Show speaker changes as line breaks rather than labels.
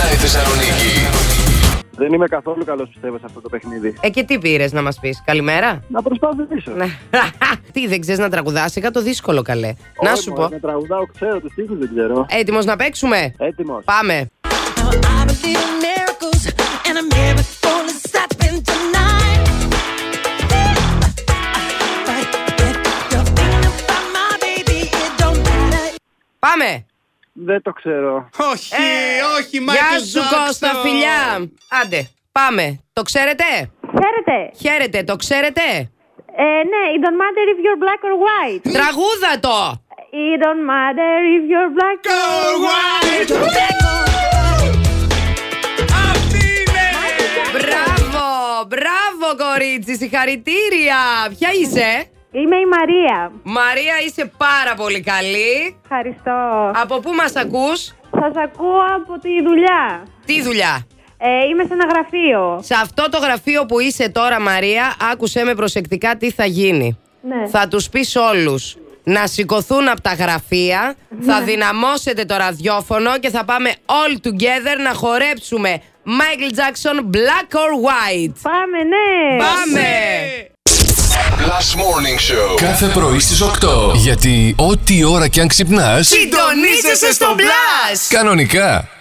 Θεσσαλονίκη.
Δεν είμαι καθόλου καλός, πιστεύω, σε αυτό το παιχνίδι.
Ε, και τι πήρες να μας πεις, Καλημέρα.
Να προσπαθήσω.
Ναι. τι δεν ξέρεις να τραγουδάς, είχα το δύσκολο καλέ. να
Όχι,
σου
μωρέ,
πω. Ε,
Να τραγουδάω, ξέρω, τους τείχου δεν ξέρω.
Έτοιμος να παίξουμε.
Έτοιμος.
Πάμε.
Now I believe in miracles, and a miracle is happening tonight. Right, if you're thinking about my baby, it don't matter.
Πάμε. Ε,
Δεν το ξέρω.
Όχι, όχι, Michael
Γεια σου
Jackson.
Κώστα, φιλιά. Άντε, πάμε. Το ξέρετε.
Χαίρετε.
Χαίρετε, το ξέρετε.
Ε, ναι, it don't matter if you're black or white.
Τραγούδα το.
It don't matter if you're black
Go
or
wild. Αυτή είναι.
Μπράβο, μπράβο κορίτσι, συγχαρητήρια. Ποια είσαι.
Είμαι η Μαρία.
Μαρία είσαι πάρα πολύ καλή.
Ευχαριστώ.
Από πού μας ακούς,
Σας ακούω από τη δουλειά.
τι δουλειά.
Ε, είμαι σε ένα γραφείο.
Σε αυτό το γραφείο που είσαι τώρα Μαρία, άκουσέ με προσεκτικά τι θα γίνει.
Ναι.
Θα τους πεις όλους να σηκωθούν από τα γραφεία,
Ναι.
θα δυναμώσετε το ραδιόφωνο και θα πάμε all together να χορέψουμε Michael Jackson Black or White.
Πάμε, ναι.
Πάμε!
Last Morning Show.
Κάθε πρωί στις 8. Γιατί ό,τι ώρα κι αν ξυπνάς,
Συντονίζεσαι στο Blast!
κανονικά.